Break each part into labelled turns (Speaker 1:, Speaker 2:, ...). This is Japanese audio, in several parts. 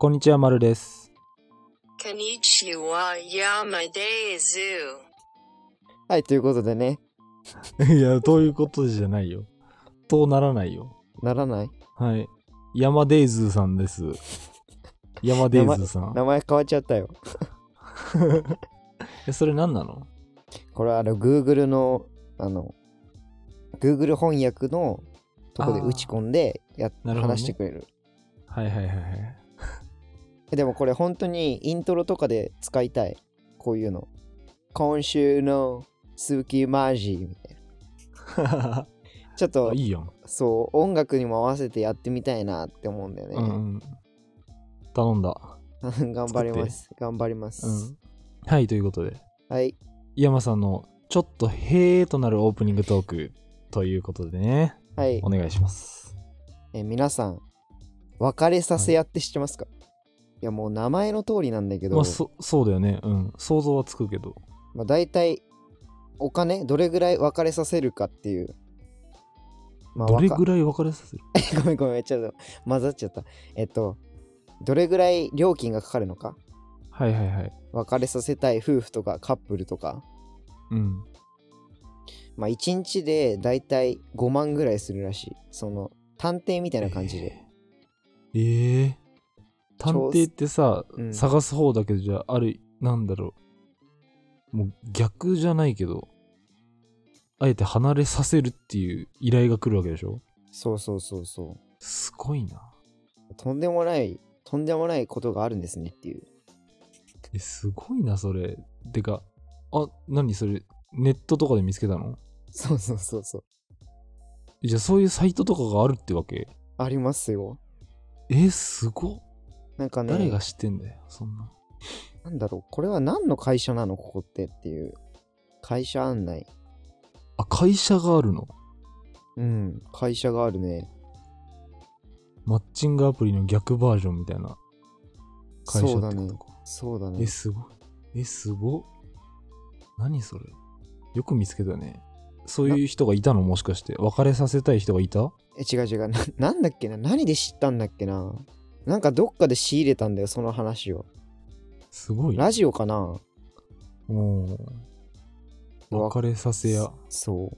Speaker 1: こんにちは、まるです。
Speaker 2: Konnichiwa Yamadezu.
Speaker 3: はい、ということでね、
Speaker 1: いや、ということじゃないよ。とならないよ。
Speaker 3: ならない
Speaker 1: はい。山デイズーさんです。山デイズーさん。
Speaker 3: 名前変わっちゃったよ。
Speaker 1: え、それ何なの
Speaker 3: これはあの、Google の、あの、Google 翻訳のとこで
Speaker 1: あー
Speaker 3: 打ち込んでやっ、
Speaker 1: なるほどね
Speaker 3: 話してくれる。
Speaker 1: はいはいはいはい。
Speaker 3: でもこれ本当にイントロとかで使いたい。こういうの。今週のスキマジみたいな。ちょっ
Speaker 1: あ
Speaker 3: と
Speaker 1: いいやん。
Speaker 3: そう音楽にも合わせてやってみたいなって思うんだよね。
Speaker 1: うんうん。頼んだ。
Speaker 3: 頑張ります。頑張ります。
Speaker 1: うん。はい、ということで、
Speaker 3: はい。
Speaker 1: 山さんのちょっとへーとなるオープニングトークということでね、
Speaker 3: はい
Speaker 1: お。願いします。
Speaker 3: えー皆さん、別れさせ屋って知ってますか、い、や、もう名前の通りなんだけど、
Speaker 1: まあ、そそうだよね。うん。想像はつくけど。
Speaker 3: まあ、大体、お金、どれぐらい別れさせるかっていう。ま
Speaker 1: どれ
Speaker 3: わか
Speaker 1: ぐらい別れさせる
Speaker 3: ごめんごめん、ちょっと混ざっちゃった。えっと、どれぐらい料金がかかるのか
Speaker 1: はいはいはい。
Speaker 3: 別れさせたい夫婦とかカップルとか、
Speaker 1: うん。
Speaker 3: まあ、1日で大体5万ぐらいするらしい。その、探偵みたいな感じで。
Speaker 1: えー。えー探偵ってさ、
Speaker 3: うん
Speaker 1: 探す方だけじゃある、なんだろう。もう逆じゃないけど、あえて離れさせるっていう依頼が来るわけでしょ
Speaker 3: そうそうそうそう。
Speaker 1: すごいな。
Speaker 3: とんでもない、とんでもないことがあるんですねっていう。
Speaker 1: え、すごいな、それ。てか、あ、何それ、ネットとかで見つけたの
Speaker 3: そうそうそうそう。
Speaker 1: じゃあそういうサイトとかがあるってわけ
Speaker 3: ありますよ。
Speaker 1: え、すごっ。
Speaker 3: なんかね、
Speaker 1: 誰が知ってんだよ、そんな。
Speaker 3: なんだろう、これは何の会社なの、ここってっていう。会社案内。
Speaker 1: あ、会社があるの。
Speaker 3: うん、会社があるね。
Speaker 1: マッチングアプリの逆バージョンみたいな会社
Speaker 3: そう
Speaker 1: っ
Speaker 3: だ
Speaker 1: てこ
Speaker 3: ね
Speaker 1: と。か。
Speaker 3: そうだ
Speaker 1: え、
Speaker 3: ね。
Speaker 1: すごい。え、すごっ。何それ。よく見つけたね。そういう人がいたのもしかして。別れさせたい人がいた
Speaker 3: え、違う違うな。なんだっけな何で知ったんだっけななんかどっかで仕入れたんだよ、その話を。
Speaker 1: すごい。
Speaker 3: ラジオかな
Speaker 1: おー
Speaker 3: わ
Speaker 1: 別れさせや。
Speaker 3: そ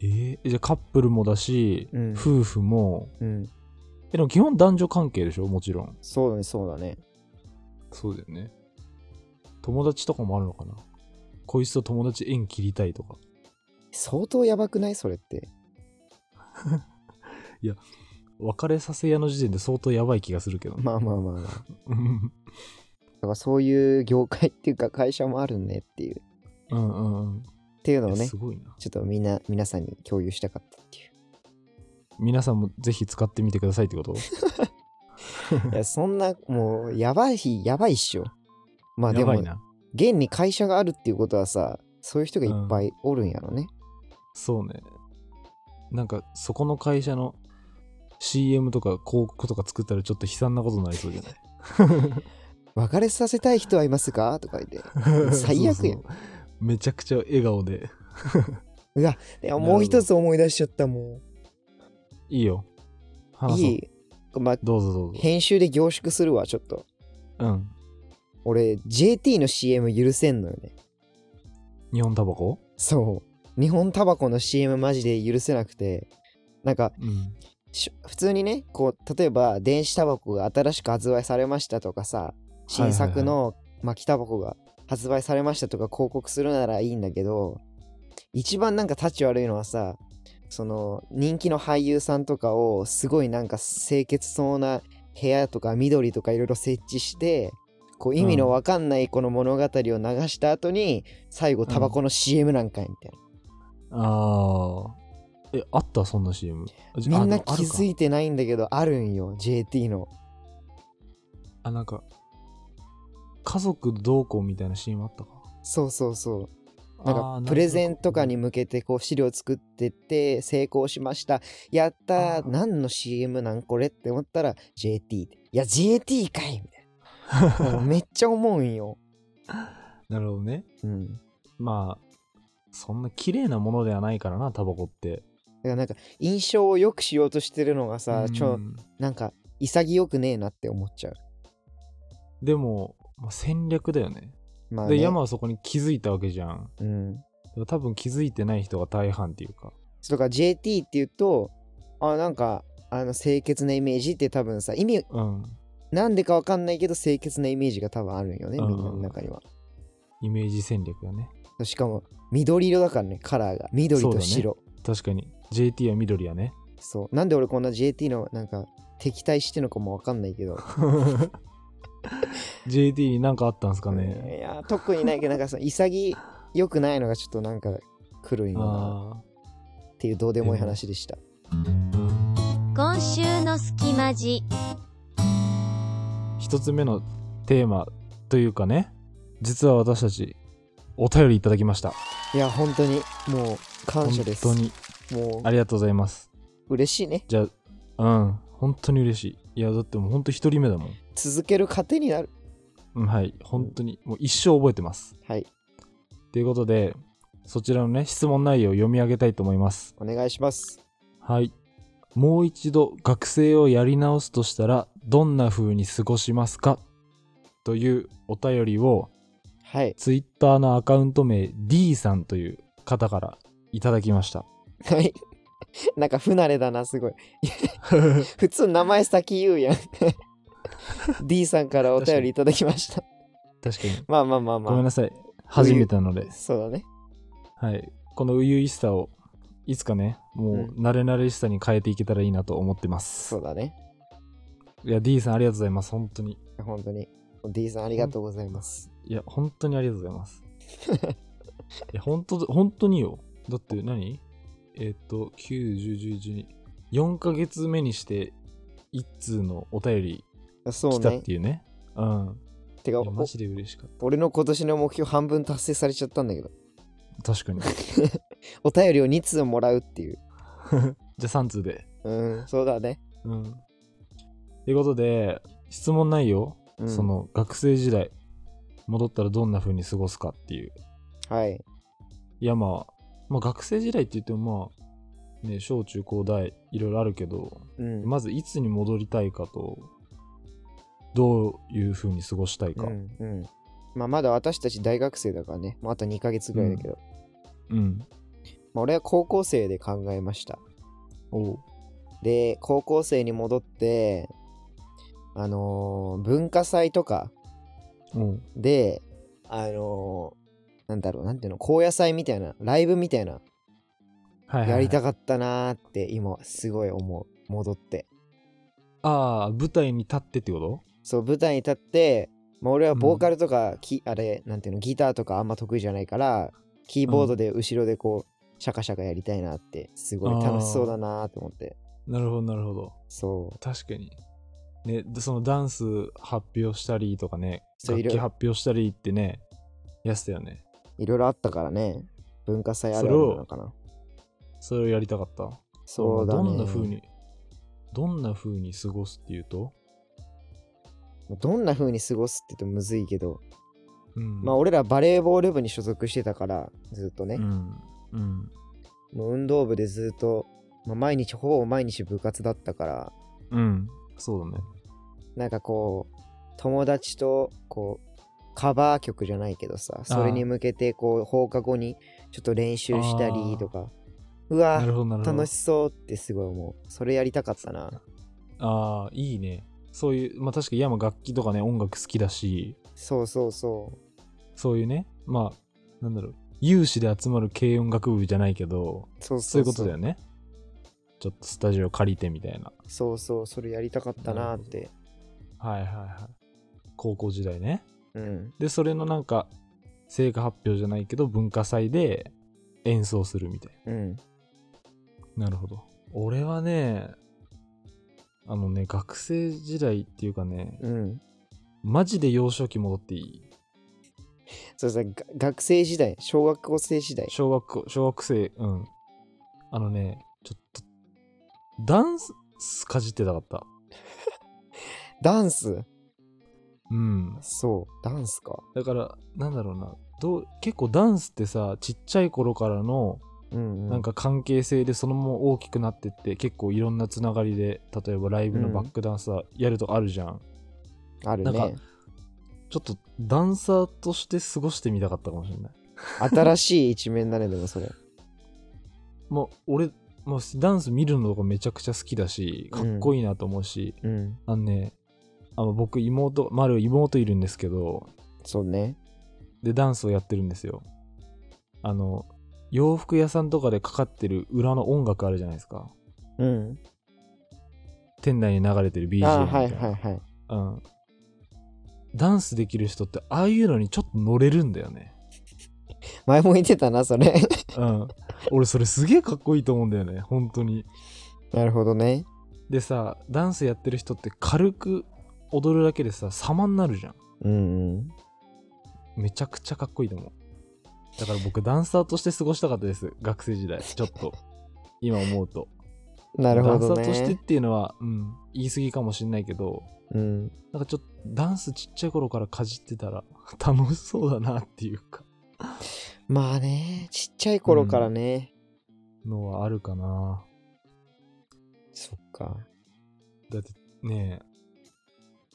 Speaker 1: えーじゃあカップルもだし、
Speaker 3: うん
Speaker 1: 夫婦も。
Speaker 3: う。うん。
Speaker 1: え、でも基本男女関係でしょもちろん。
Speaker 3: そうだね、そうだね。
Speaker 1: そうだよね。友達とかもあるのかなこいつと友達縁切りたいとか。
Speaker 3: 相当やばくないそれって。
Speaker 1: 別れさせ屋の時点で相当やばい気がするけどね。
Speaker 3: まあまあまあまあ。
Speaker 1: うん
Speaker 3: だからそういう業界っていうか会社もあるねっていう。
Speaker 1: うんうんうん。
Speaker 3: っていうのを
Speaker 1: いや
Speaker 3: ね
Speaker 1: す、ごいな。
Speaker 3: ちょっとみんな、皆さんに共有したかったっていう。
Speaker 1: 皆さんもぜひ使ってみてくださいってこと
Speaker 3: いや、そんな、もう、やばい、やばいっしょ。まあで
Speaker 1: やば
Speaker 3: も
Speaker 1: い、な。
Speaker 3: 現に会社があるっていうことはさ、そういう人がいっぱいおるんやろね。
Speaker 1: そうね。なんか、そこの会社の CM とか広告とか作ったらちょっと悲惨なことになりそうじゃない
Speaker 3: 別れさせたい人はいますかとか言 って。 最悪や
Speaker 1: そうそうめちゃくちゃ笑顔で。
Speaker 3: ん。いや、もう一つ思い出しちゃったも
Speaker 1: いいよ。
Speaker 3: ん。
Speaker 1: 話そう
Speaker 3: いい。まあ、
Speaker 1: どうぞどうぞ。
Speaker 3: 編集で凝縮するわ、ちょっと。
Speaker 1: うん。
Speaker 3: 俺、JT の CM 許せんのよね。
Speaker 1: 日本タバコ
Speaker 3: そう。日本タバコの CM マジで許せなくて。なんか、
Speaker 1: うん。
Speaker 3: し普通にねこう例えば電子タバコが新しく発売されましたとかさ新作の巻きタバコが発売されましたとか広告するならいいんだけど一番なんかタち悪いのはさその人気の俳優さんとかをすごいなんか清潔そうな部屋とか緑とかいろいろ設置してこう意味のわかんないこの物語を流した後に、最後タバコの CM なんかいみたい
Speaker 1: ああ。え、あったそんな CM。
Speaker 3: な、みんな気づ
Speaker 1: い
Speaker 3: いてないんだけどあるんよ JT の
Speaker 1: あ、なんか、家族同行みたいな CM あったか。
Speaker 3: そうそうそう
Speaker 1: あー
Speaker 3: なんかプレゼンとかに
Speaker 1: なる
Speaker 3: 向けてこう資料作ってって成功しましたやった
Speaker 1: あー
Speaker 3: ー何の CM なんこれって思ったら JT でいや JT かいみた いなもうめっちゃ思うんよ、
Speaker 1: ほどなるほどね。
Speaker 3: うん、
Speaker 1: まあ、そんな綺麗なものではないからなタバコって
Speaker 3: からなんか印象を良くしようとしてるのがさ、ち
Speaker 1: う
Speaker 3: ょ
Speaker 1: ん
Speaker 3: なんか潔くねえなって思っちゃう。
Speaker 1: でもまあ戦略だよね
Speaker 3: まあね、
Speaker 1: で山はそこに気づいたわけじゃん
Speaker 3: うん。
Speaker 1: だから多分気づいてない人が大半っていうか
Speaker 3: そうだから JT っていうと、あ、なんか、あの清潔なイメージって多分さ、意味、
Speaker 1: うん
Speaker 3: なんでかわかんないけど清潔なイメージが多分あるんよね、
Speaker 1: うん
Speaker 3: みんなの中には。
Speaker 1: イメージ戦略だね
Speaker 3: しかも、緑色だからね、カラーが。緑と白。
Speaker 1: 確かに JT は緑やね
Speaker 3: そう。なんで俺こんな JT のなんか敵対してんのかもわかんないけど。
Speaker 1: JT に何かあったんすかね、
Speaker 3: いや、特にないけど、なんかそ の潔くないのがちょっとなんか来るんよな
Speaker 1: ああ
Speaker 3: っていうどうでもいい話でした。
Speaker 4: 今週の隙間時
Speaker 1: 一つ目のテーマというかね実は私たちお便りいただきました
Speaker 3: いや、本当にもう感謝です。
Speaker 1: 本当に
Speaker 3: も
Speaker 1: ありがとうございます
Speaker 3: う嬉しいね。
Speaker 1: じゃあうん本当に嬉しいいやだってもう本当一人目だもん、
Speaker 3: 続ける糧になる。
Speaker 1: うん、はい本当にもう一生覚えてます
Speaker 3: はい、
Speaker 1: ということでそちらのね質問内容を読み上げたいと思います
Speaker 3: お願いします。
Speaker 1: はいもう一度学生をやり直すとしたらどんな風に過ごしますかというお便りを
Speaker 3: はい。
Speaker 1: ツイッターのアカウント名 D さんという方からいただきました
Speaker 3: はい。 なんか不慣れだ な、すごい。普通名前先言うやん。D さんからお便りいただきました。
Speaker 1: 確かに
Speaker 3: まあまあまあまあ。
Speaker 1: ごめんなさい初めてなので、
Speaker 3: そうだね。
Speaker 1: はい、この初々しさをいつかねもう慣れ慣れしさに変えていけたらいいなと思ってます、
Speaker 3: そうだね。
Speaker 1: いや D さんありがとうございます本当に
Speaker 3: 本当に。D さんありがとうございます。
Speaker 1: いや本当にありがとうございます いや本当だ本当によだって何えっと9101124ヶ月目にして一通のお便り
Speaker 3: そう
Speaker 1: 来た
Speaker 3: ね
Speaker 1: っ。ていうねうん
Speaker 3: てか
Speaker 1: いやマジで嬉しかっ
Speaker 3: お俺の今年の目標半分達成されちゃったんだけど。
Speaker 1: た確かにじ
Speaker 3: お便りを2通もらうっていう。
Speaker 1: ゃあ3通で
Speaker 3: うん、そうだね。
Speaker 1: うんということで質問内容
Speaker 3: うん、
Speaker 1: そ。の学生時代戻ったらどんな風に過ごすかっていう
Speaker 3: はい。
Speaker 1: いやまあ、まあ、学生時代って言ってもまあね小中高大いろいろあるけど
Speaker 3: うん。
Speaker 1: まずいつに戻りたいかとどういう風に過ごしたいか
Speaker 3: うん、うん。まあまだ私たち大学生だからね。もうあと2ヶ月ぐらいだけど。
Speaker 1: うん、
Speaker 3: まあ俺は高校生で考えました。
Speaker 1: おう
Speaker 3: で、高校生に戻って、あのー文化祭とか
Speaker 1: おう
Speaker 3: で、あのーなんだろう、なんていうの、高野祭みたいな、ライブみたいな、
Speaker 1: はいはいはい
Speaker 3: やりたかったなーって今すごい思う。戻って。
Speaker 1: ああ舞台に立ってってこと
Speaker 3: そう、舞台に立って、まあ、俺はボーカルとか、きあれ、なんていうの、ギターとかあんま得意じゃないから、キーボードで後ろでこう、シャカシャカやりたいなって、すごい楽しそうだなーと思って。
Speaker 1: なるほどなるほど
Speaker 3: そう。
Speaker 1: 確かにねでそのダンス発表したりとかね
Speaker 3: そう
Speaker 1: 楽
Speaker 3: いろい
Speaker 1: 器
Speaker 3: ろ
Speaker 1: 発表したりってねやってたよね
Speaker 3: いろいろあったからね。文化祭あるあるなのかな。
Speaker 1: それをやりたかった
Speaker 3: そうだね。
Speaker 1: どんな風に、どんな風に過ごすっていうと、
Speaker 3: どんな風に過ごすって言うとむずいけど、
Speaker 1: うん
Speaker 3: まあ俺らバレーボール部に所属してたから、ずっとね。
Speaker 1: うん、うん、
Speaker 3: もう運動部でずっと、まあ、毎日、ほぼ毎日部活だったから、
Speaker 1: うん、そうだね。
Speaker 3: なんかこう友達とこうカバー曲じゃないけどさそれに向けてこう放課後にちょっと練習したりとかう
Speaker 1: な
Speaker 3: わ
Speaker 1: るほど、なるほど
Speaker 3: 楽。しそうってすごい思うそれやりたかったな
Speaker 1: ああ、いいね。そういう、まあ確かに山楽器とかね、音楽好きだし、
Speaker 3: そうそうそ
Speaker 1: そういうね、まあ、なんだろう、有志で集まる軽音楽部じゃないけど、
Speaker 3: うそう
Speaker 1: そ
Speaker 3: そうう
Speaker 1: いうことだよね。ちょっとスタジオ借りてみたいな。
Speaker 3: そうそうそれやりたかったなって
Speaker 1: はいはいはい。高校時代ね。
Speaker 3: うん
Speaker 1: で、それのなんか、成果発表じゃないけど、文化祭で演奏するみたいな。
Speaker 3: うん
Speaker 1: なるほど。俺はね、あのね、学生時代っていうかね、
Speaker 3: うん
Speaker 1: マジで幼少期戻っていい。
Speaker 3: そうさが学生時代小学校生時代
Speaker 1: 小学校、小学生、うん。あのね、ちょっと、ダンスかじってたかった。
Speaker 3: ダンス
Speaker 1: うん。
Speaker 3: そうダンスか
Speaker 1: だから、なんだろうな、どう結構ダンスってさちっちゃい頃からの
Speaker 3: うんうん、
Speaker 1: なんか関係性でそのまま大きくなってって結構いろんなつながりで例えばライブのバックダンサーやるとあるじゃん、
Speaker 3: ある
Speaker 1: なん
Speaker 3: ね
Speaker 1: かちょっとダンサーとして過ごしてみたかったかもしれない
Speaker 3: 新しい一面だねでもそれ
Speaker 1: もう俺もうダンス見るのがめちゃくちゃ好きだしかっこいいなと思うし、
Speaker 3: うん
Speaker 1: あのねあの僕妹丸、妹いるんですけど
Speaker 3: そうね
Speaker 1: でダンスをやってるんですよあの洋服屋さんとかでかかってる裏の音楽あるじゃないですか
Speaker 3: うん
Speaker 1: 店内に流れてる BGM みたい
Speaker 3: あ
Speaker 1: な
Speaker 3: ーはいはいはい
Speaker 1: うん、ダンスできる人ってああいうのにちょっと乗れるんだよね、
Speaker 3: 前も言ってたなそれ
Speaker 1: うん、俺それすげえかっこいいと思うんだよね本当に
Speaker 3: なるほどね
Speaker 1: でさダンスやってる人って軽く踊るだけでさ様になるじゃん
Speaker 3: うんうん
Speaker 1: めちゃくちゃかっこいいと思うだから僕ダンサーとして過ごしたかったです学生時 代ちょっと今思うと
Speaker 3: なるほ
Speaker 1: ダ
Speaker 3: ど
Speaker 1: ンサーとしてっ
Speaker 3: ね
Speaker 1: ていうのは、うん、言い過ぎかもしんないけど
Speaker 3: うん
Speaker 1: なんかちょっとダンスちっちゃい頃からかじってたら 楽しそうだなっていうか
Speaker 3: まあねちっちゃい頃からね、
Speaker 1: のはあるかな
Speaker 3: そっか
Speaker 1: だってね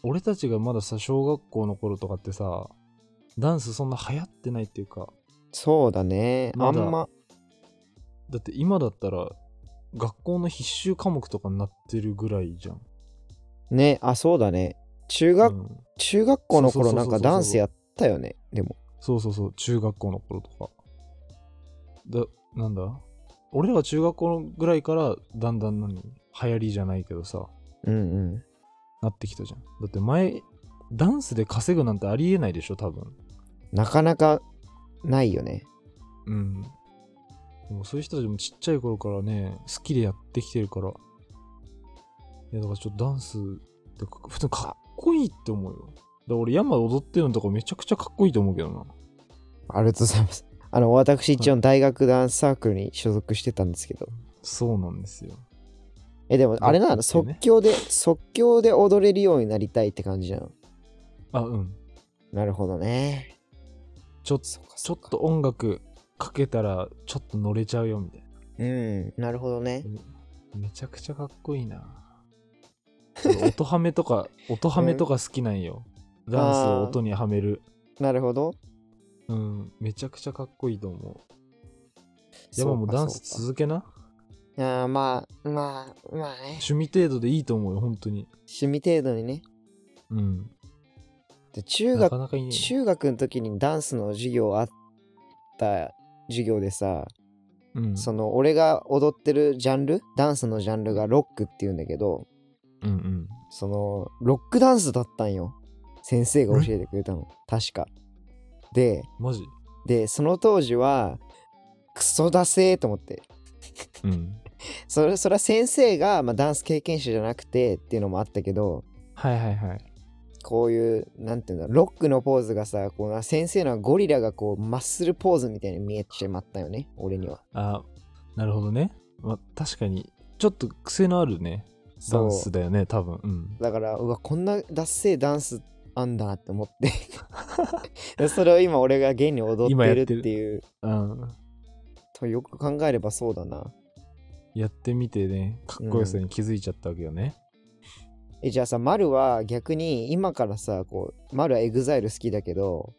Speaker 1: 俺たちがまださ小学校の頃とかってさダンスそんな流行ってないっていうか
Speaker 3: そうだね
Speaker 1: ま
Speaker 3: あん
Speaker 1: だ
Speaker 3: ま
Speaker 1: だって今だったら学校の必修科目とかになってるぐらいじゃん。
Speaker 3: ねあそうだね中学、
Speaker 1: うん
Speaker 3: 中学校の
Speaker 1: そうそう
Speaker 3: 頃
Speaker 1: そうそう
Speaker 3: な
Speaker 1: んそう
Speaker 3: かダンスやったよねでも
Speaker 1: そうそうそう中学校の頃とか。だなんだ俺らが中学校のぐらいからだんだん何流行りじゃないけどさ
Speaker 3: うんうん
Speaker 1: なってきたじゃん。だって前ダンスで稼ぐなんてありえないでしょ多分。
Speaker 3: なかなかないよね
Speaker 1: うん。でもそういう人たちもちっちゃい頃からね、好きでやってきてるから。いや、だからちょっとダンスってか、普通にかっこいいって思うよ。だから俺山踊ってるのとかめちゃくちゃかっこいいと思うけどな。
Speaker 3: ありがとうございますあの私一応大学ダンスサークルに所属してたんですけど
Speaker 1: そうなんですよ。
Speaker 3: えでもあれな
Speaker 1: ロ
Speaker 3: の
Speaker 1: ックってね
Speaker 3: 即興で即興で踊れるようになりたいって感じなの
Speaker 1: あ、うん。
Speaker 3: なるほどね
Speaker 1: ちょっと、
Speaker 3: そっか
Speaker 1: ち
Speaker 3: そ
Speaker 1: ょ
Speaker 3: っ
Speaker 1: っ
Speaker 3: か
Speaker 1: と音楽かけたらちょっと乗れちゃうよみたいな。
Speaker 3: うんなるほどね
Speaker 1: めちゃくちゃかっこいいな。俺音ハメと か、音ハメとか好きなんよ。ダンスを音にはめる。
Speaker 3: なるほど
Speaker 1: うん、めちゃくちゃかっこいいと思う。山もダンス
Speaker 3: そ
Speaker 1: 続
Speaker 3: うか
Speaker 1: けな
Speaker 3: そうかあーまあまあまあね
Speaker 1: 趣味程度でいいと思うよ本当に
Speaker 3: 趣味程度にね
Speaker 1: うん
Speaker 3: で中
Speaker 1: な
Speaker 3: 学
Speaker 1: かなかいいね
Speaker 3: 中学の時にダンスの授業あった授業でさ、
Speaker 1: うん
Speaker 3: その俺が踊ってるジャンルダンスのジャンルがロックっていうんだけど
Speaker 1: うんうん
Speaker 3: そのロックダンスだったんよ先生が教えてくれたの確かで
Speaker 1: マジ
Speaker 3: でその当時はクソだせーと思って
Speaker 1: うん
Speaker 3: それそれは先生が、まあ、ダンス経験者じゃなくてっていうのもあったけど
Speaker 1: はいはいはい
Speaker 3: こういうなんていうんだロックのポーズがさこうな先生のはゴリラがこうマッスルポーズみたいに見えてしまったよね俺には
Speaker 1: あなるほどね、まあ、確かにちょっと癖のあるねダ
Speaker 3: そ
Speaker 1: ンス
Speaker 3: う
Speaker 1: だよね多分うん
Speaker 3: だからうわこんなダッセーダンスあんだって思ってで それを今俺が現に踊
Speaker 1: 今や
Speaker 3: っ
Speaker 1: ってて
Speaker 3: る
Speaker 1: る
Speaker 3: っていう
Speaker 1: うん
Speaker 3: とよく考えればそうだな
Speaker 1: やってみてねかっこよさに気づいちゃったわけよね、
Speaker 3: えじゃあさマルは逆に今からさこうマルはエグザイル好きだけど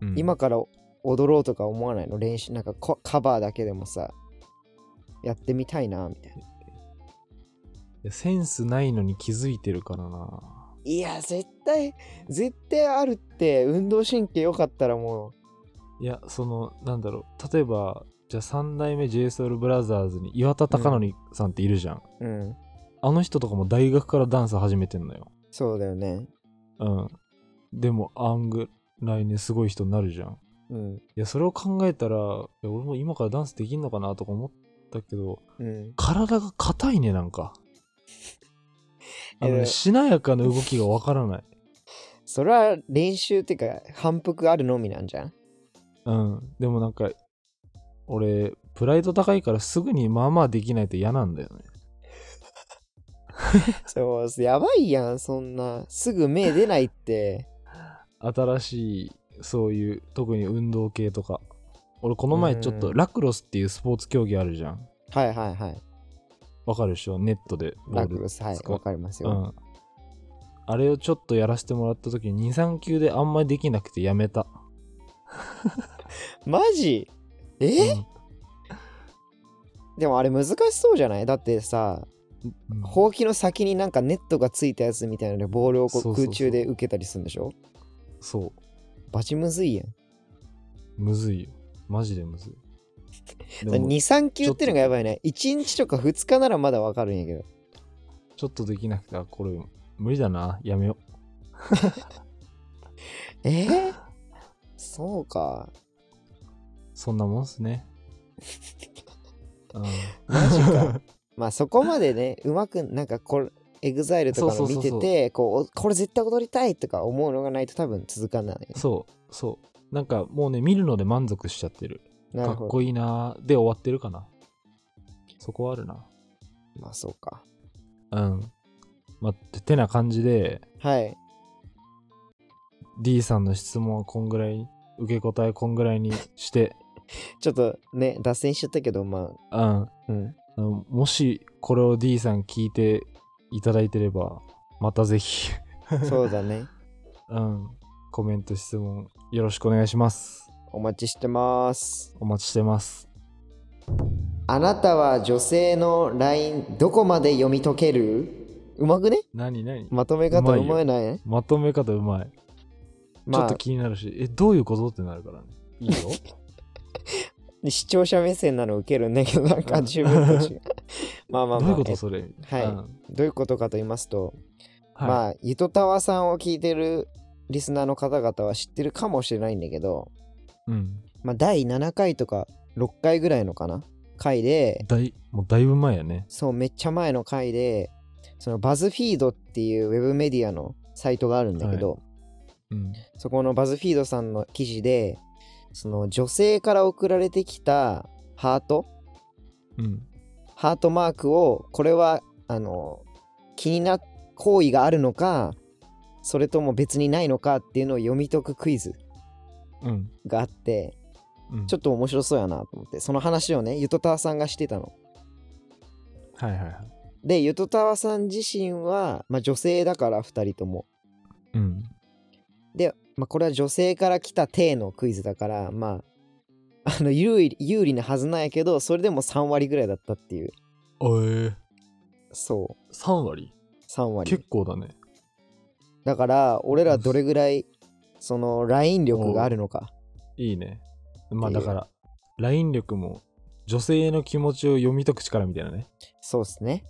Speaker 1: うん
Speaker 3: 今から踊ろうとか思わないの練習なんかこカバーだけでもさやってみたいなみたいない
Speaker 1: やセンスないのに気づいてるからない
Speaker 3: や絶対絶対あるって運動神経良かったらも
Speaker 1: いやそのなんだろう例えばじゃあ3代目 JSOULBROTHERS に岩田貴則さんっているじゃん、
Speaker 3: ううん
Speaker 1: あの人とかも大学からダンス始めてんのよ
Speaker 3: そうだよね
Speaker 1: うん。でも、あんぐらいね、すごい人になるじゃん。
Speaker 3: うん
Speaker 1: いや、それを考えたら、いや俺も今からダンスできんのかなとか思ったけど、
Speaker 3: うん
Speaker 1: 体が硬いね、なんか。あの
Speaker 3: えー
Speaker 1: ね、しなやかな動きがわからない。
Speaker 3: それは練習っていうか反復あるのみなんじゃん
Speaker 1: うん。でもなんか、俺、プライド高いからすぐにまあまあできないと嫌なんだよね。
Speaker 3: そうやばいやんそんなすぐ目出ないって
Speaker 1: 新しいそういう特に運動系とか俺この前ちょっ
Speaker 3: う
Speaker 1: と
Speaker 3: ん
Speaker 1: ラクロスっていうスポーツ競技あるじゃん
Speaker 3: はいはいはい。
Speaker 1: わかるでしょネットでボー
Speaker 3: ラ
Speaker 1: ル
Speaker 3: クロス、はい、
Speaker 1: 使う
Speaker 3: わかります
Speaker 1: う
Speaker 3: よ。
Speaker 1: んあれをちょっとやらせてもらった時に23球であんまりできなくてやめた
Speaker 3: マジえ、でもあれ難しそうじゃないだってさ、
Speaker 1: うん
Speaker 3: ほうきの先になんかネットがついたやつみたいなのでボールをこ
Speaker 1: そう
Speaker 3: う
Speaker 1: そうそう
Speaker 3: 空中で受けたりするんでしょ
Speaker 1: そ
Speaker 3: バチむずいやん。
Speaker 1: うむずいよマジでむ ずいで
Speaker 3: 2、
Speaker 1: も
Speaker 3: 3球ってのがやばいね。1日とか2日ならまだわかるんやけど。
Speaker 1: ちょっとできなくてあこれ無理だなやめよう
Speaker 3: えー、そうか。
Speaker 1: そんなもんっす ね、うん、
Speaker 3: マジか。まあそこまでね、うまくなんかこれ、エグザイルとか
Speaker 1: そ
Speaker 3: の
Speaker 1: うそう
Speaker 3: 見
Speaker 1: そうそ
Speaker 3: て
Speaker 1: う
Speaker 3: て、こう、おこれ絶対踊りたいとか思うのがないと多分続かない。
Speaker 1: そうそうなんかもうね見るので満足しちゃってる
Speaker 3: な
Speaker 1: か
Speaker 3: る
Speaker 1: っ
Speaker 3: ほど。
Speaker 1: こいいなーで終わってるかなそこはあるな
Speaker 3: まあそうか。
Speaker 1: うんまあててな感じで
Speaker 3: はい。
Speaker 1: D さんの質問はこんぐらい受け答えこんぐらいにして、
Speaker 3: ちょっとね、脱線しちゃったけど、ま
Speaker 1: うん、あ
Speaker 3: あ、うん。
Speaker 1: のもしこれを D さん聞いていただいてればまたぜひ、
Speaker 3: そうだね。
Speaker 1: うん、コメント質問よろしくお願いします
Speaker 3: お待ちしてます。
Speaker 1: お待ちしてます
Speaker 3: あなたは女性の LINE どこまで読み解けるうまくね
Speaker 1: 何何
Speaker 3: まとめ方
Speaker 1: う
Speaker 3: う
Speaker 1: ま
Speaker 3: ま
Speaker 1: い
Speaker 3: いない
Speaker 1: まとめ方うまい、ちょ
Speaker 3: ま
Speaker 1: っと気になるしえどういうことってなるからねいい よ
Speaker 3: あ、視聴者目線なの受けるんだけど、 なん
Speaker 1: う
Speaker 3: か
Speaker 1: ん
Speaker 3: 自分たちが。 まあまあ
Speaker 1: どうい
Speaker 3: ま
Speaker 1: う
Speaker 3: あ、
Speaker 1: こと
Speaker 3: え
Speaker 1: それみた
Speaker 3: はい
Speaker 1: なうん
Speaker 3: どういうことかと言いますと、
Speaker 1: はい
Speaker 3: まあ、ゆとたわさんを聞いてるリスナーの方々は知ってるかもしれないんだけど、
Speaker 1: うん
Speaker 3: まあ、第7回とか6回ぐらいのかな回で、
Speaker 1: だいもうだいぶ前やね
Speaker 3: そう、めっちゃ前の回で、そのバズフィードっていうウェブメディアのサイトがあるんだけど、
Speaker 1: うん
Speaker 3: そこのバズフィードさんの記事で、その女性から送られてきたハート、
Speaker 1: うん
Speaker 3: ハートマークを、これは、あの、気にな行為があるのか、それとも別にないのかっていうのを読み解くクイズ
Speaker 1: うん
Speaker 3: があって、
Speaker 1: うん
Speaker 3: ちょっと面白そうやなと思って、その話をね、ゆとたわさんがしてたの。
Speaker 1: はいはいはい
Speaker 3: で、ゆとたわさん自身は、まあ、女性だから2人とも。
Speaker 1: うん
Speaker 3: で、まあ、これは女性から来た体のクイズだから、まあ、あの有利有利なはずなんやけど、それでも3割ぐらいだったっていう。
Speaker 1: あえー、
Speaker 3: そ
Speaker 1: 3割
Speaker 3: う、3割
Speaker 1: 結。構だね
Speaker 3: だから、俺らどれぐらい、その、ライン力があるのか。
Speaker 1: いいね。まあ
Speaker 3: って
Speaker 1: だ
Speaker 3: いう
Speaker 1: から、ライン力も女性の気持ちを読み解く力みたいなね。
Speaker 3: そうですね。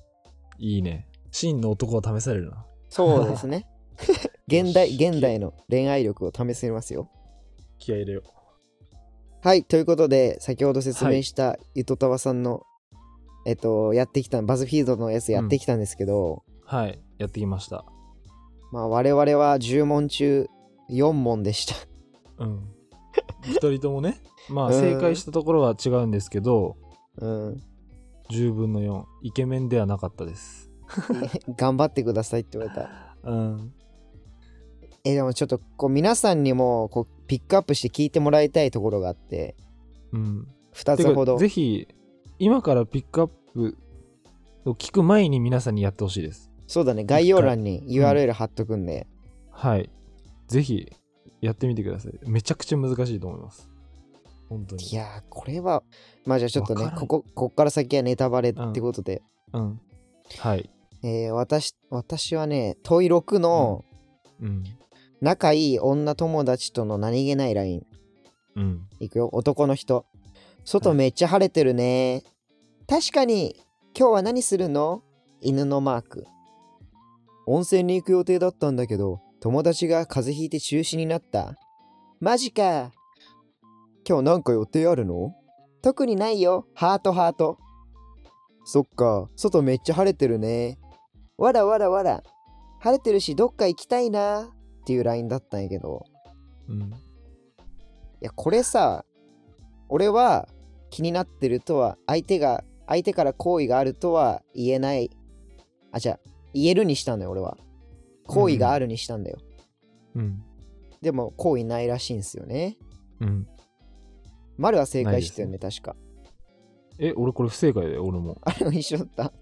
Speaker 1: いいね。真の男は試されるな。
Speaker 3: そうですね。 現代、現代の恋愛力を試せますよ。
Speaker 1: 気合い入れよ
Speaker 3: はい、ということで、先ほど説明したゆとたわさんの、えっと、やってきた、バズフィードのやつやってきたんですけど、
Speaker 1: う。はい。やってきました。
Speaker 3: まあ、我々は10問中4問でした。
Speaker 1: うん。二人ともね、まあ
Speaker 3: うん
Speaker 1: 正解したところは違うんですけど、
Speaker 3: うん。
Speaker 1: 10分の4、イケメンではなかったです。
Speaker 3: 頑張ってくださいって言われた。
Speaker 1: うん。
Speaker 3: え、でもちょっと、こう、皆さんにも、こう、ピックアップして聞いてもらいたいところがあって、
Speaker 1: うん。
Speaker 3: 2つほ
Speaker 1: てか
Speaker 3: ど。
Speaker 1: ぜひ、今からピックアップを聞く前に皆さんにやってほしいです。
Speaker 3: そうだね、概要欄に URL 貼っとくんで、
Speaker 1: はい。ぜひ、やってみてください。めちゃくちゃ難しいと思います。本当に。
Speaker 3: いやー、これは、まあじゃあちょっと
Speaker 1: わ
Speaker 3: ね
Speaker 1: か、らん
Speaker 3: ここ、こっから先はネタバレってことで、
Speaker 1: うん。はい。
Speaker 3: えー私、私はね、問い6の、
Speaker 1: うん。
Speaker 3: 仲いい女友達との何気ない LINE。
Speaker 1: うん。
Speaker 3: いくよ、男の人。外めっちゃ晴れてるね。確かに、今日は何するの犬のマーク。温泉に行く予定だったんだけど、友達が風邪ひいて中止になった。マジか。今日なんか予定あるの特にないよ、ハートハート。そっか、外めっちゃ晴れてるね。わらわらわら。晴れてるし、どっか行きたいな。っていうラインだったんやけど。
Speaker 1: うん。
Speaker 3: いやこれさ俺は気になってるとは相手が相手から好意があるとは言えないあじゃあ言えるにしたんだよ俺は好意があるにしたんだよ、
Speaker 1: うん。
Speaker 3: でも行為ないらしいんですよね。
Speaker 1: うん。
Speaker 3: 丸は正解してたよね、確か。
Speaker 1: え、俺これ不正解だよ、俺も。
Speaker 3: あれも一緒だった。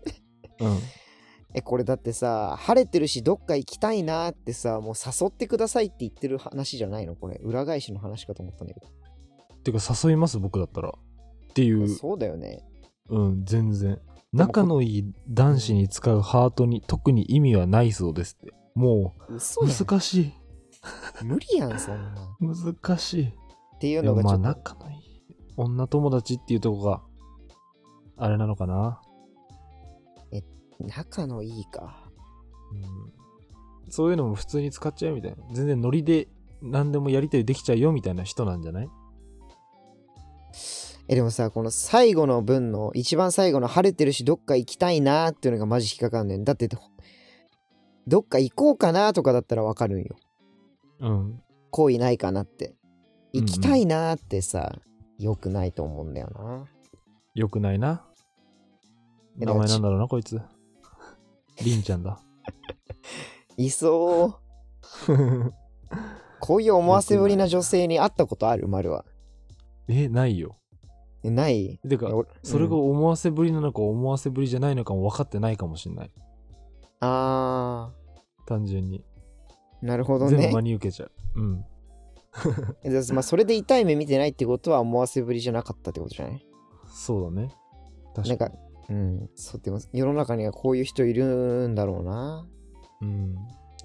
Speaker 1: うん。
Speaker 3: え、これだってさ、晴れてるし、どっか行きたいなーってさ、もう誘ってくださいって言ってる話じゃないのこれ、裏返しの話かと思ったんだけ
Speaker 1: てか、誘います、僕だったら。ってい
Speaker 3: ど。
Speaker 1: う、
Speaker 3: そうだよね。
Speaker 1: うん、全然。仲のいい男子に使うハートに特に意味はないそうですって。も
Speaker 3: 嘘
Speaker 1: う、
Speaker 3: やん。
Speaker 1: 難しい。
Speaker 3: 無理やん、そんな。
Speaker 1: 難しい。
Speaker 3: っていう
Speaker 1: で
Speaker 3: の
Speaker 1: も
Speaker 3: がち
Speaker 1: ま
Speaker 3: ょ
Speaker 1: あ
Speaker 3: っと、
Speaker 1: 仲のいい女友達っていうとこがあれなのかな、
Speaker 3: 仲のいいか。
Speaker 1: うん、そういうのも普通に使っちゃうみたいな全然ノリで何でもやりたりできちゃうよみたいな人なんじゃない
Speaker 3: え、でもさ、この最後の文の、一番最後の晴れてるし、どっか行きたいなーっていうのがマジ引っかかんねん。だって、どっか行こうかなーとかだったらわかるんよ。
Speaker 1: うん
Speaker 3: 行為ないかなって。
Speaker 1: うんう
Speaker 3: 行
Speaker 1: ん
Speaker 3: きたいなーってさ、良くないと思うんだよな。
Speaker 1: よくないな
Speaker 3: え
Speaker 1: 名前なんだろうなこいつりんちゃんだ
Speaker 3: いそう。こういう思わせぶりな女性に会ったことある丸は。
Speaker 1: えないよ
Speaker 3: えない
Speaker 1: てか
Speaker 3: いや俺
Speaker 1: それが
Speaker 3: うん
Speaker 1: 思わせぶりなのか思わせぶりじゃないのかも分かってないかもしんない
Speaker 3: あ
Speaker 1: 単純に
Speaker 3: ー、なるほど
Speaker 1: 全部
Speaker 3: ね
Speaker 1: 真。に受けちゃううん
Speaker 3: えだってまあ、それで痛い目見てないってことは思わせぶりじゃなかったってことじゃない
Speaker 1: そうだね
Speaker 3: な
Speaker 1: 確
Speaker 3: ん
Speaker 1: か
Speaker 3: か
Speaker 1: に、
Speaker 3: うん、そうでも世の中にはこういう人いるんだろうな。
Speaker 1: うん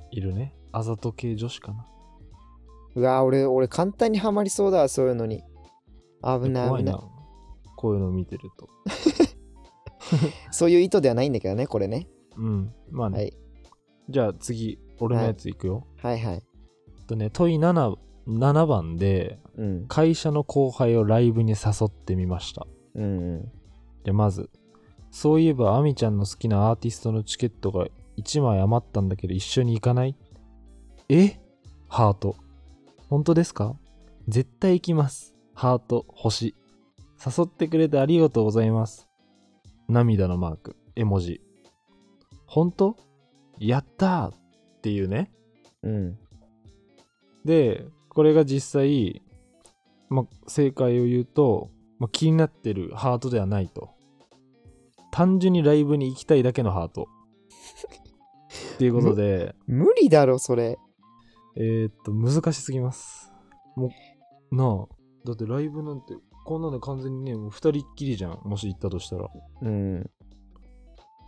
Speaker 1: いるねあざと系女子かな
Speaker 3: うわー、俺、俺簡単にはまりそうだわ、そういうのに。危ない
Speaker 1: 怖
Speaker 3: 危
Speaker 1: い
Speaker 3: ない
Speaker 1: な。こういうのを見てると。
Speaker 3: そういう意図ではないんだけどね、これね。
Speaker 1: うん。まあね。
Speaker 3: はい
Speaker 1: じゃあ次、俺のやついくよ。
Speaker 3: はいはい。
Speaker 1: えっとね、問い 7, 7番で、
Speaker 3: うん。
Speaker 1: 会社の後輩をライブに誘ってみました。
Speaker 3: うんうん。
Speaker 1: で、まず、そういえば、アミちゃんの好きなアーティストのチケットが1枚余ったんだけど、一緒に行かないえハート。本当ですか絶対行きます。ハート、星。誘ってくれてありがとうございます。涙のマーク、絵文字。本当やったーっていうね。
Speaker 3: うん。
Speaker 1: で、これが実際、ま、正解を言うと、ま、気になってるハートではないと。単純にライブに行きたいだけのハート。っていうことで、
Speaker 3: 無理だろ、それ。
Speaker 1: えーっと、難しすぎます。もう、なあ、だってライブなんて、こんなの完全にね、もう二人っきりじゃん。もし行ったとしたら。
Speaker 3: うん。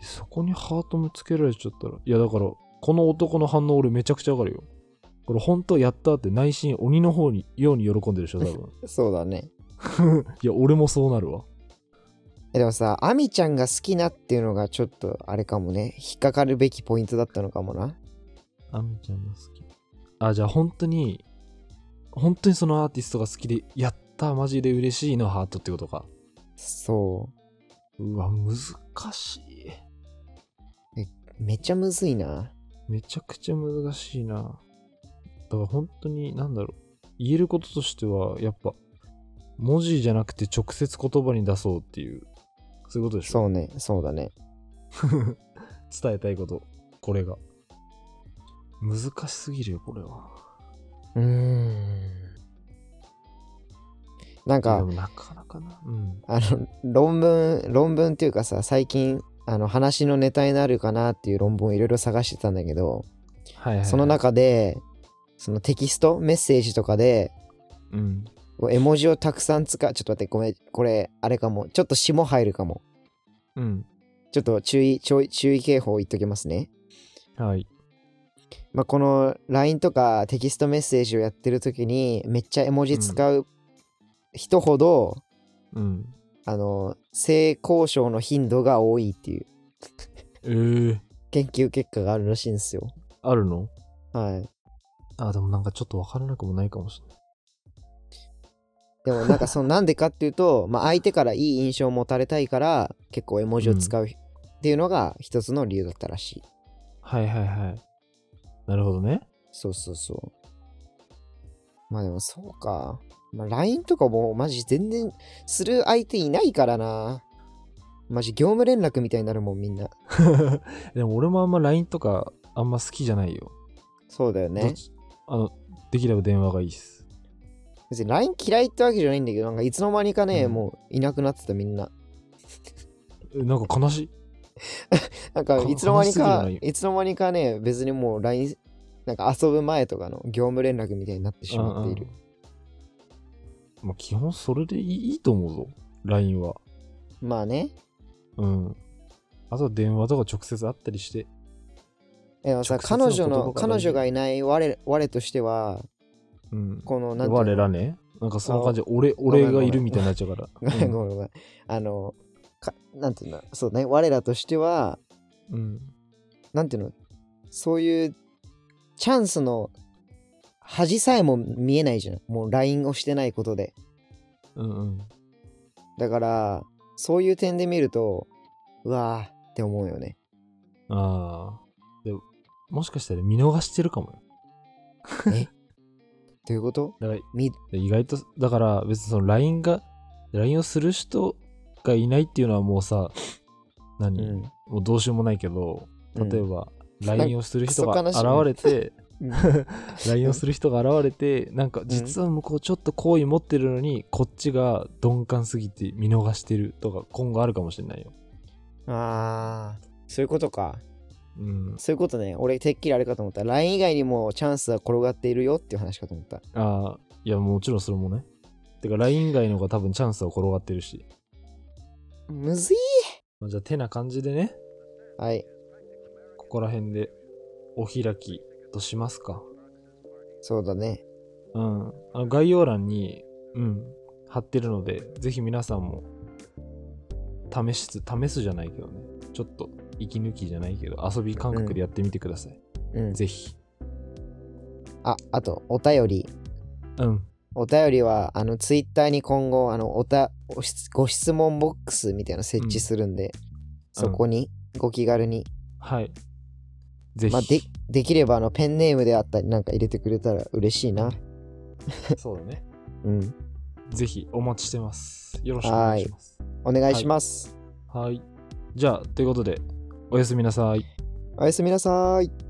Speaker 1: そこにハートもつけられちゃったら。いや、だから、この男の反応俺めちゃくちゃわかるよ。これ本当やったって内心鬼の方にように喜んでるでしょ、多分。
Speaker 3: そうだね。
Speaker 1: いや、俺もそうなるわ。
Speaker 3: えでもさ、アミちゃんが好きなっていうのがちょっとあれかもね、引っかかるべきポイントだったのかもな。
Speaker 1: アミちゃんが好き。あ、じゃあ本当に、本当にそのアーティストが好きで、やった、マジで嬉しいのハートってことか。
Speaker 3: そう
Speaker 1: わ、難しい。
Speaker 3: う。めっちゃむずいな。
Speaker 1: めちゃくちゃ難しいな。だから本当に、なんだろう。言えることとしては、やっぱ、文字じゃなくて直接言葉に出そうっていう、そういうことでしょ。
Speaker 3: そうね、そうだね。
Speaker 1: 伝えたいこと、これが。難しすぎるよ、これは。
Speaker 3: うーん。な
Speaker 1: いやで
Speaker 3: んか、
Speaker 1: もなかなかな。うん。
Speaker 3: あの、論文、論文っていうかさ、最近、あの、話のネタになるかなっていう論文をいろいろ探してたんだけど、
Speaker 1: はいはい、はい。
Speaker 3: その、中で、そのテキスト、メッセージとかで、
Speaker 1: うん。
Speaker 3: こう絵文字をたくさん使う。ちょっと待って、ごめん、これ、あれかも。ちょっと霜入るかも。
Speaker 1: うん。
Speaker 3: ちょっと注意、注意注意警報言っときますね。
Speaker 1: はい。
Speaker 3: まあ、この LINE とかテキストメッセージをやってる時にめっちゃ絵文字使う人ほど、
Speaker 1: うん。
Speaker 3: あの性交渉の頻度が多いっていう
Speaker 1: えー、
Speaker 3: 研究結果があるらしいんですよ。
Speaker 1: あるの
Speaker 3: はい。
Speaker 1: あ、でもなんかちょっとわからなくもないかもしれない。
Speaker 3: でもなんかそのなんでかっていう と、まあ、相手からいい印象を持たれたいから結構絵文字を使うっていうのが一つの理由だったらしい。
Speaker 1: はいはいはい。なるほど ね。
Speaker 3: そうそうそう。まあでもそうか。まあ、LINE とかもマジ全然する相手いないからな。マジ業務連絡みたいになるもんみんな。
Speaker 1: でも俺もあんま LINE とかあんま好きじゃないよ。
Speaker 3: そうだよ
Speaker 1: どっ
Speaker 3: ね。
Speaker 1: ちあの、できれば電話がいいっす。
Speaker 3: 別に LINE 嫌いってわけじゃないんだけど、なんかいつの間にかね、
Speaker 1: うん
Speaker 3: もういなくなってたみんな。
Speaker 1: えなんか悲しい。
Speaker 3: なんか
Speaker 1: か
Speaker 3: いつの間に
Speaker 1: 悲しす
Speaker 3: か、
Speaker 1: ぎるない
Speaker 3: つの間にかね、別にもう LINE、なんか遊ぶ前とかの業務連絡みたいになってしまっている。
Speaker 1: うんうん。まあ、基本それでいいいいと思うぞ、LINE は。
Speaker 3: まあね。
Speaker 1: うん。あとは電話とか直接会ったりして。
Speaker 3: でもさ、
Speaker 1: 直接
Speaker 3: 彼
Speaker 1: の言葉
Speaker 3: 女の、
Speaker 1: が大事
Speaker 3: 彼女がいない我我としては、
Speaker 1: うん。
Speaker 3: この、なんていう
Speaker 1: 我
Speaker 3: の
Speaker 1: らね。なんかその感じで、俺、俺がいるみたいになっちゃ うから。
Speaker 3: ごめん
Speaker 1: うん
Speaker 3: ごめんごめん。あの、かなんていうんだ、そうね、我らとしては、
Speaker 1: うん。
Speaker 3: なんていうの、そういうチャンスの恥さえも見えないじゃん。もう LINE をしてないことで。
Speaker 1: うんうん。
Speaker 3: だから、そういう点で見ると、うわーって思うよね。
Speaker 1: ああ。でも、もしかしたら見逃してるかもよ。
Speaker 3: どういうこと
Speaker 1: だから、
Speaker 3: み
Speaker 1: で意外とだから別にその LINE が LINE をする人がいないっていうのはもうさ
Speaker 3: う
Speaker 1: 何、
Speaker 3: ん。
Speaker 1: もうどうしようもないけど
Speaker 3: うん
Speaker 1: 例えば LINE をする人が
Speaker 3: なんか
Speaker 1: 現
Speaker 3: クソ悲
Speaker 1: れ
Speaker 3: しい
Speaker 1: て、LINE をする人が現れてなんか実は向こうちょっと好意持ってるのにこっちが鈍感すぎて見逃してるとか今後あるかもしれないよ。
Speaker 3: あー、そういうことか。
Speaker 1: うん、
Speaker 3: そういうことね。俺、てっきりあれかと思った。LINE 以外にもチャンスは転がっているよっていう話かと思った。
Speaker 1: ああいやもちろんそれもね。てか LINE 以外の方が多分チャンスは転がってるし。
Speaker 3: むずい
Speaker 1: まあじゃあ手な感じでね
Speaker 3: はい、
Speaker 1: ここら辺でお開きとしますか。
Speaker 3: そうだね。
Speaker 1: うん。あの概要欄に、うん、貼ってるので、ぜひ皆さんも、試しつ、試すじゃないけどね。ちょっと、息抜きじゃないけど、遊び感覚でやってみてください。
Speaker 3: うん。
Speaker 1: ぜひ。
Speaker 3: あ、あと、お便り。
Speaker 1: うん。
Speaker 3: お便りは、あの、ツイッターに今後、あの、おた、おしご質問ボックスみたいなの設置するんで、そこに、ご気軽に。
Speaker 1: はい。ぜひ。
Speaker 3: まあ、で、できれば、あの、ペンネームであったりなんか入れてくれたら嬉しいな。
Speaker 1: そうだね。
Speaker 3: うん。
Speaker 1: ぜひ、お待ちしてます。よろしくお願いします。
Speaker 3: お願いします。
Speaker 1: はい。じゃあ、ということで、おやすみなさい。
Speaker 3: おやすみなさーい。